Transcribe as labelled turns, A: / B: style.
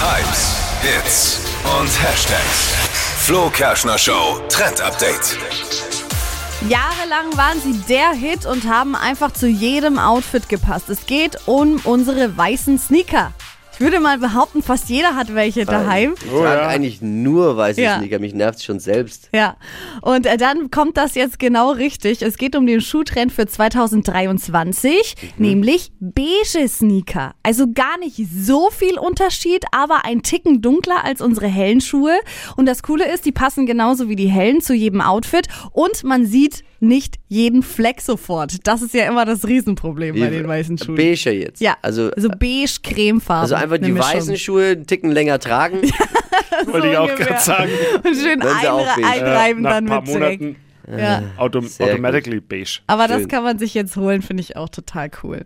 A: Hypes, Hits und Hashtags. Flo Kerschner Show Trend Update.
B: Jahrelang waren sie der Hit und haben einfach zu jedem Outfit gepasst. Es geht um unsere weißen Sneaker. Ich würde mal behaupten, fast jeder hat welche daheim.
C: Ich trage eigentlich nur weiße
B: Ja.
C: Sneaker, mich nervt schon selbst.
B: Ja, und äh, dann kommt das jetzt genau richtig. Es geht um den Schuhtrend für 2023,
C: Mhm.
B: nämlich beige Sneaker. Also gar nicht so viel Unterschied, aber ein Ticken dunkler als unsere hellen Schuhe. Und das Coole ist, die passen genauso wie die hellen zu jedem Outfit und man sieht nicht jeden Fleck sofort. Das ist ja immer das Riesenproblem bei den weißen Schuhen.
C: Beige jetzt.
B: ja,
C: Also,
B: also, so beige-cremefarben.
C: also einfach die weißen Schuhe einen Ticken länger tragen.
D: Wollte ich auch
B: ungefähr.
D: gerade sagen. Äh,
B: Und schön
C: Dann sie auch
B: einre-
C: beige.
B: einreiben
D: Nach
B: dann
D: ein paar
B: mit Dreck.
D: Monaten
B: Ja.
D: autom
C: Sehr gut.
D: automatically beige.
B: Aber das
C: Schön.
B: kann man sich jetzt holen, finde ich auch total cool.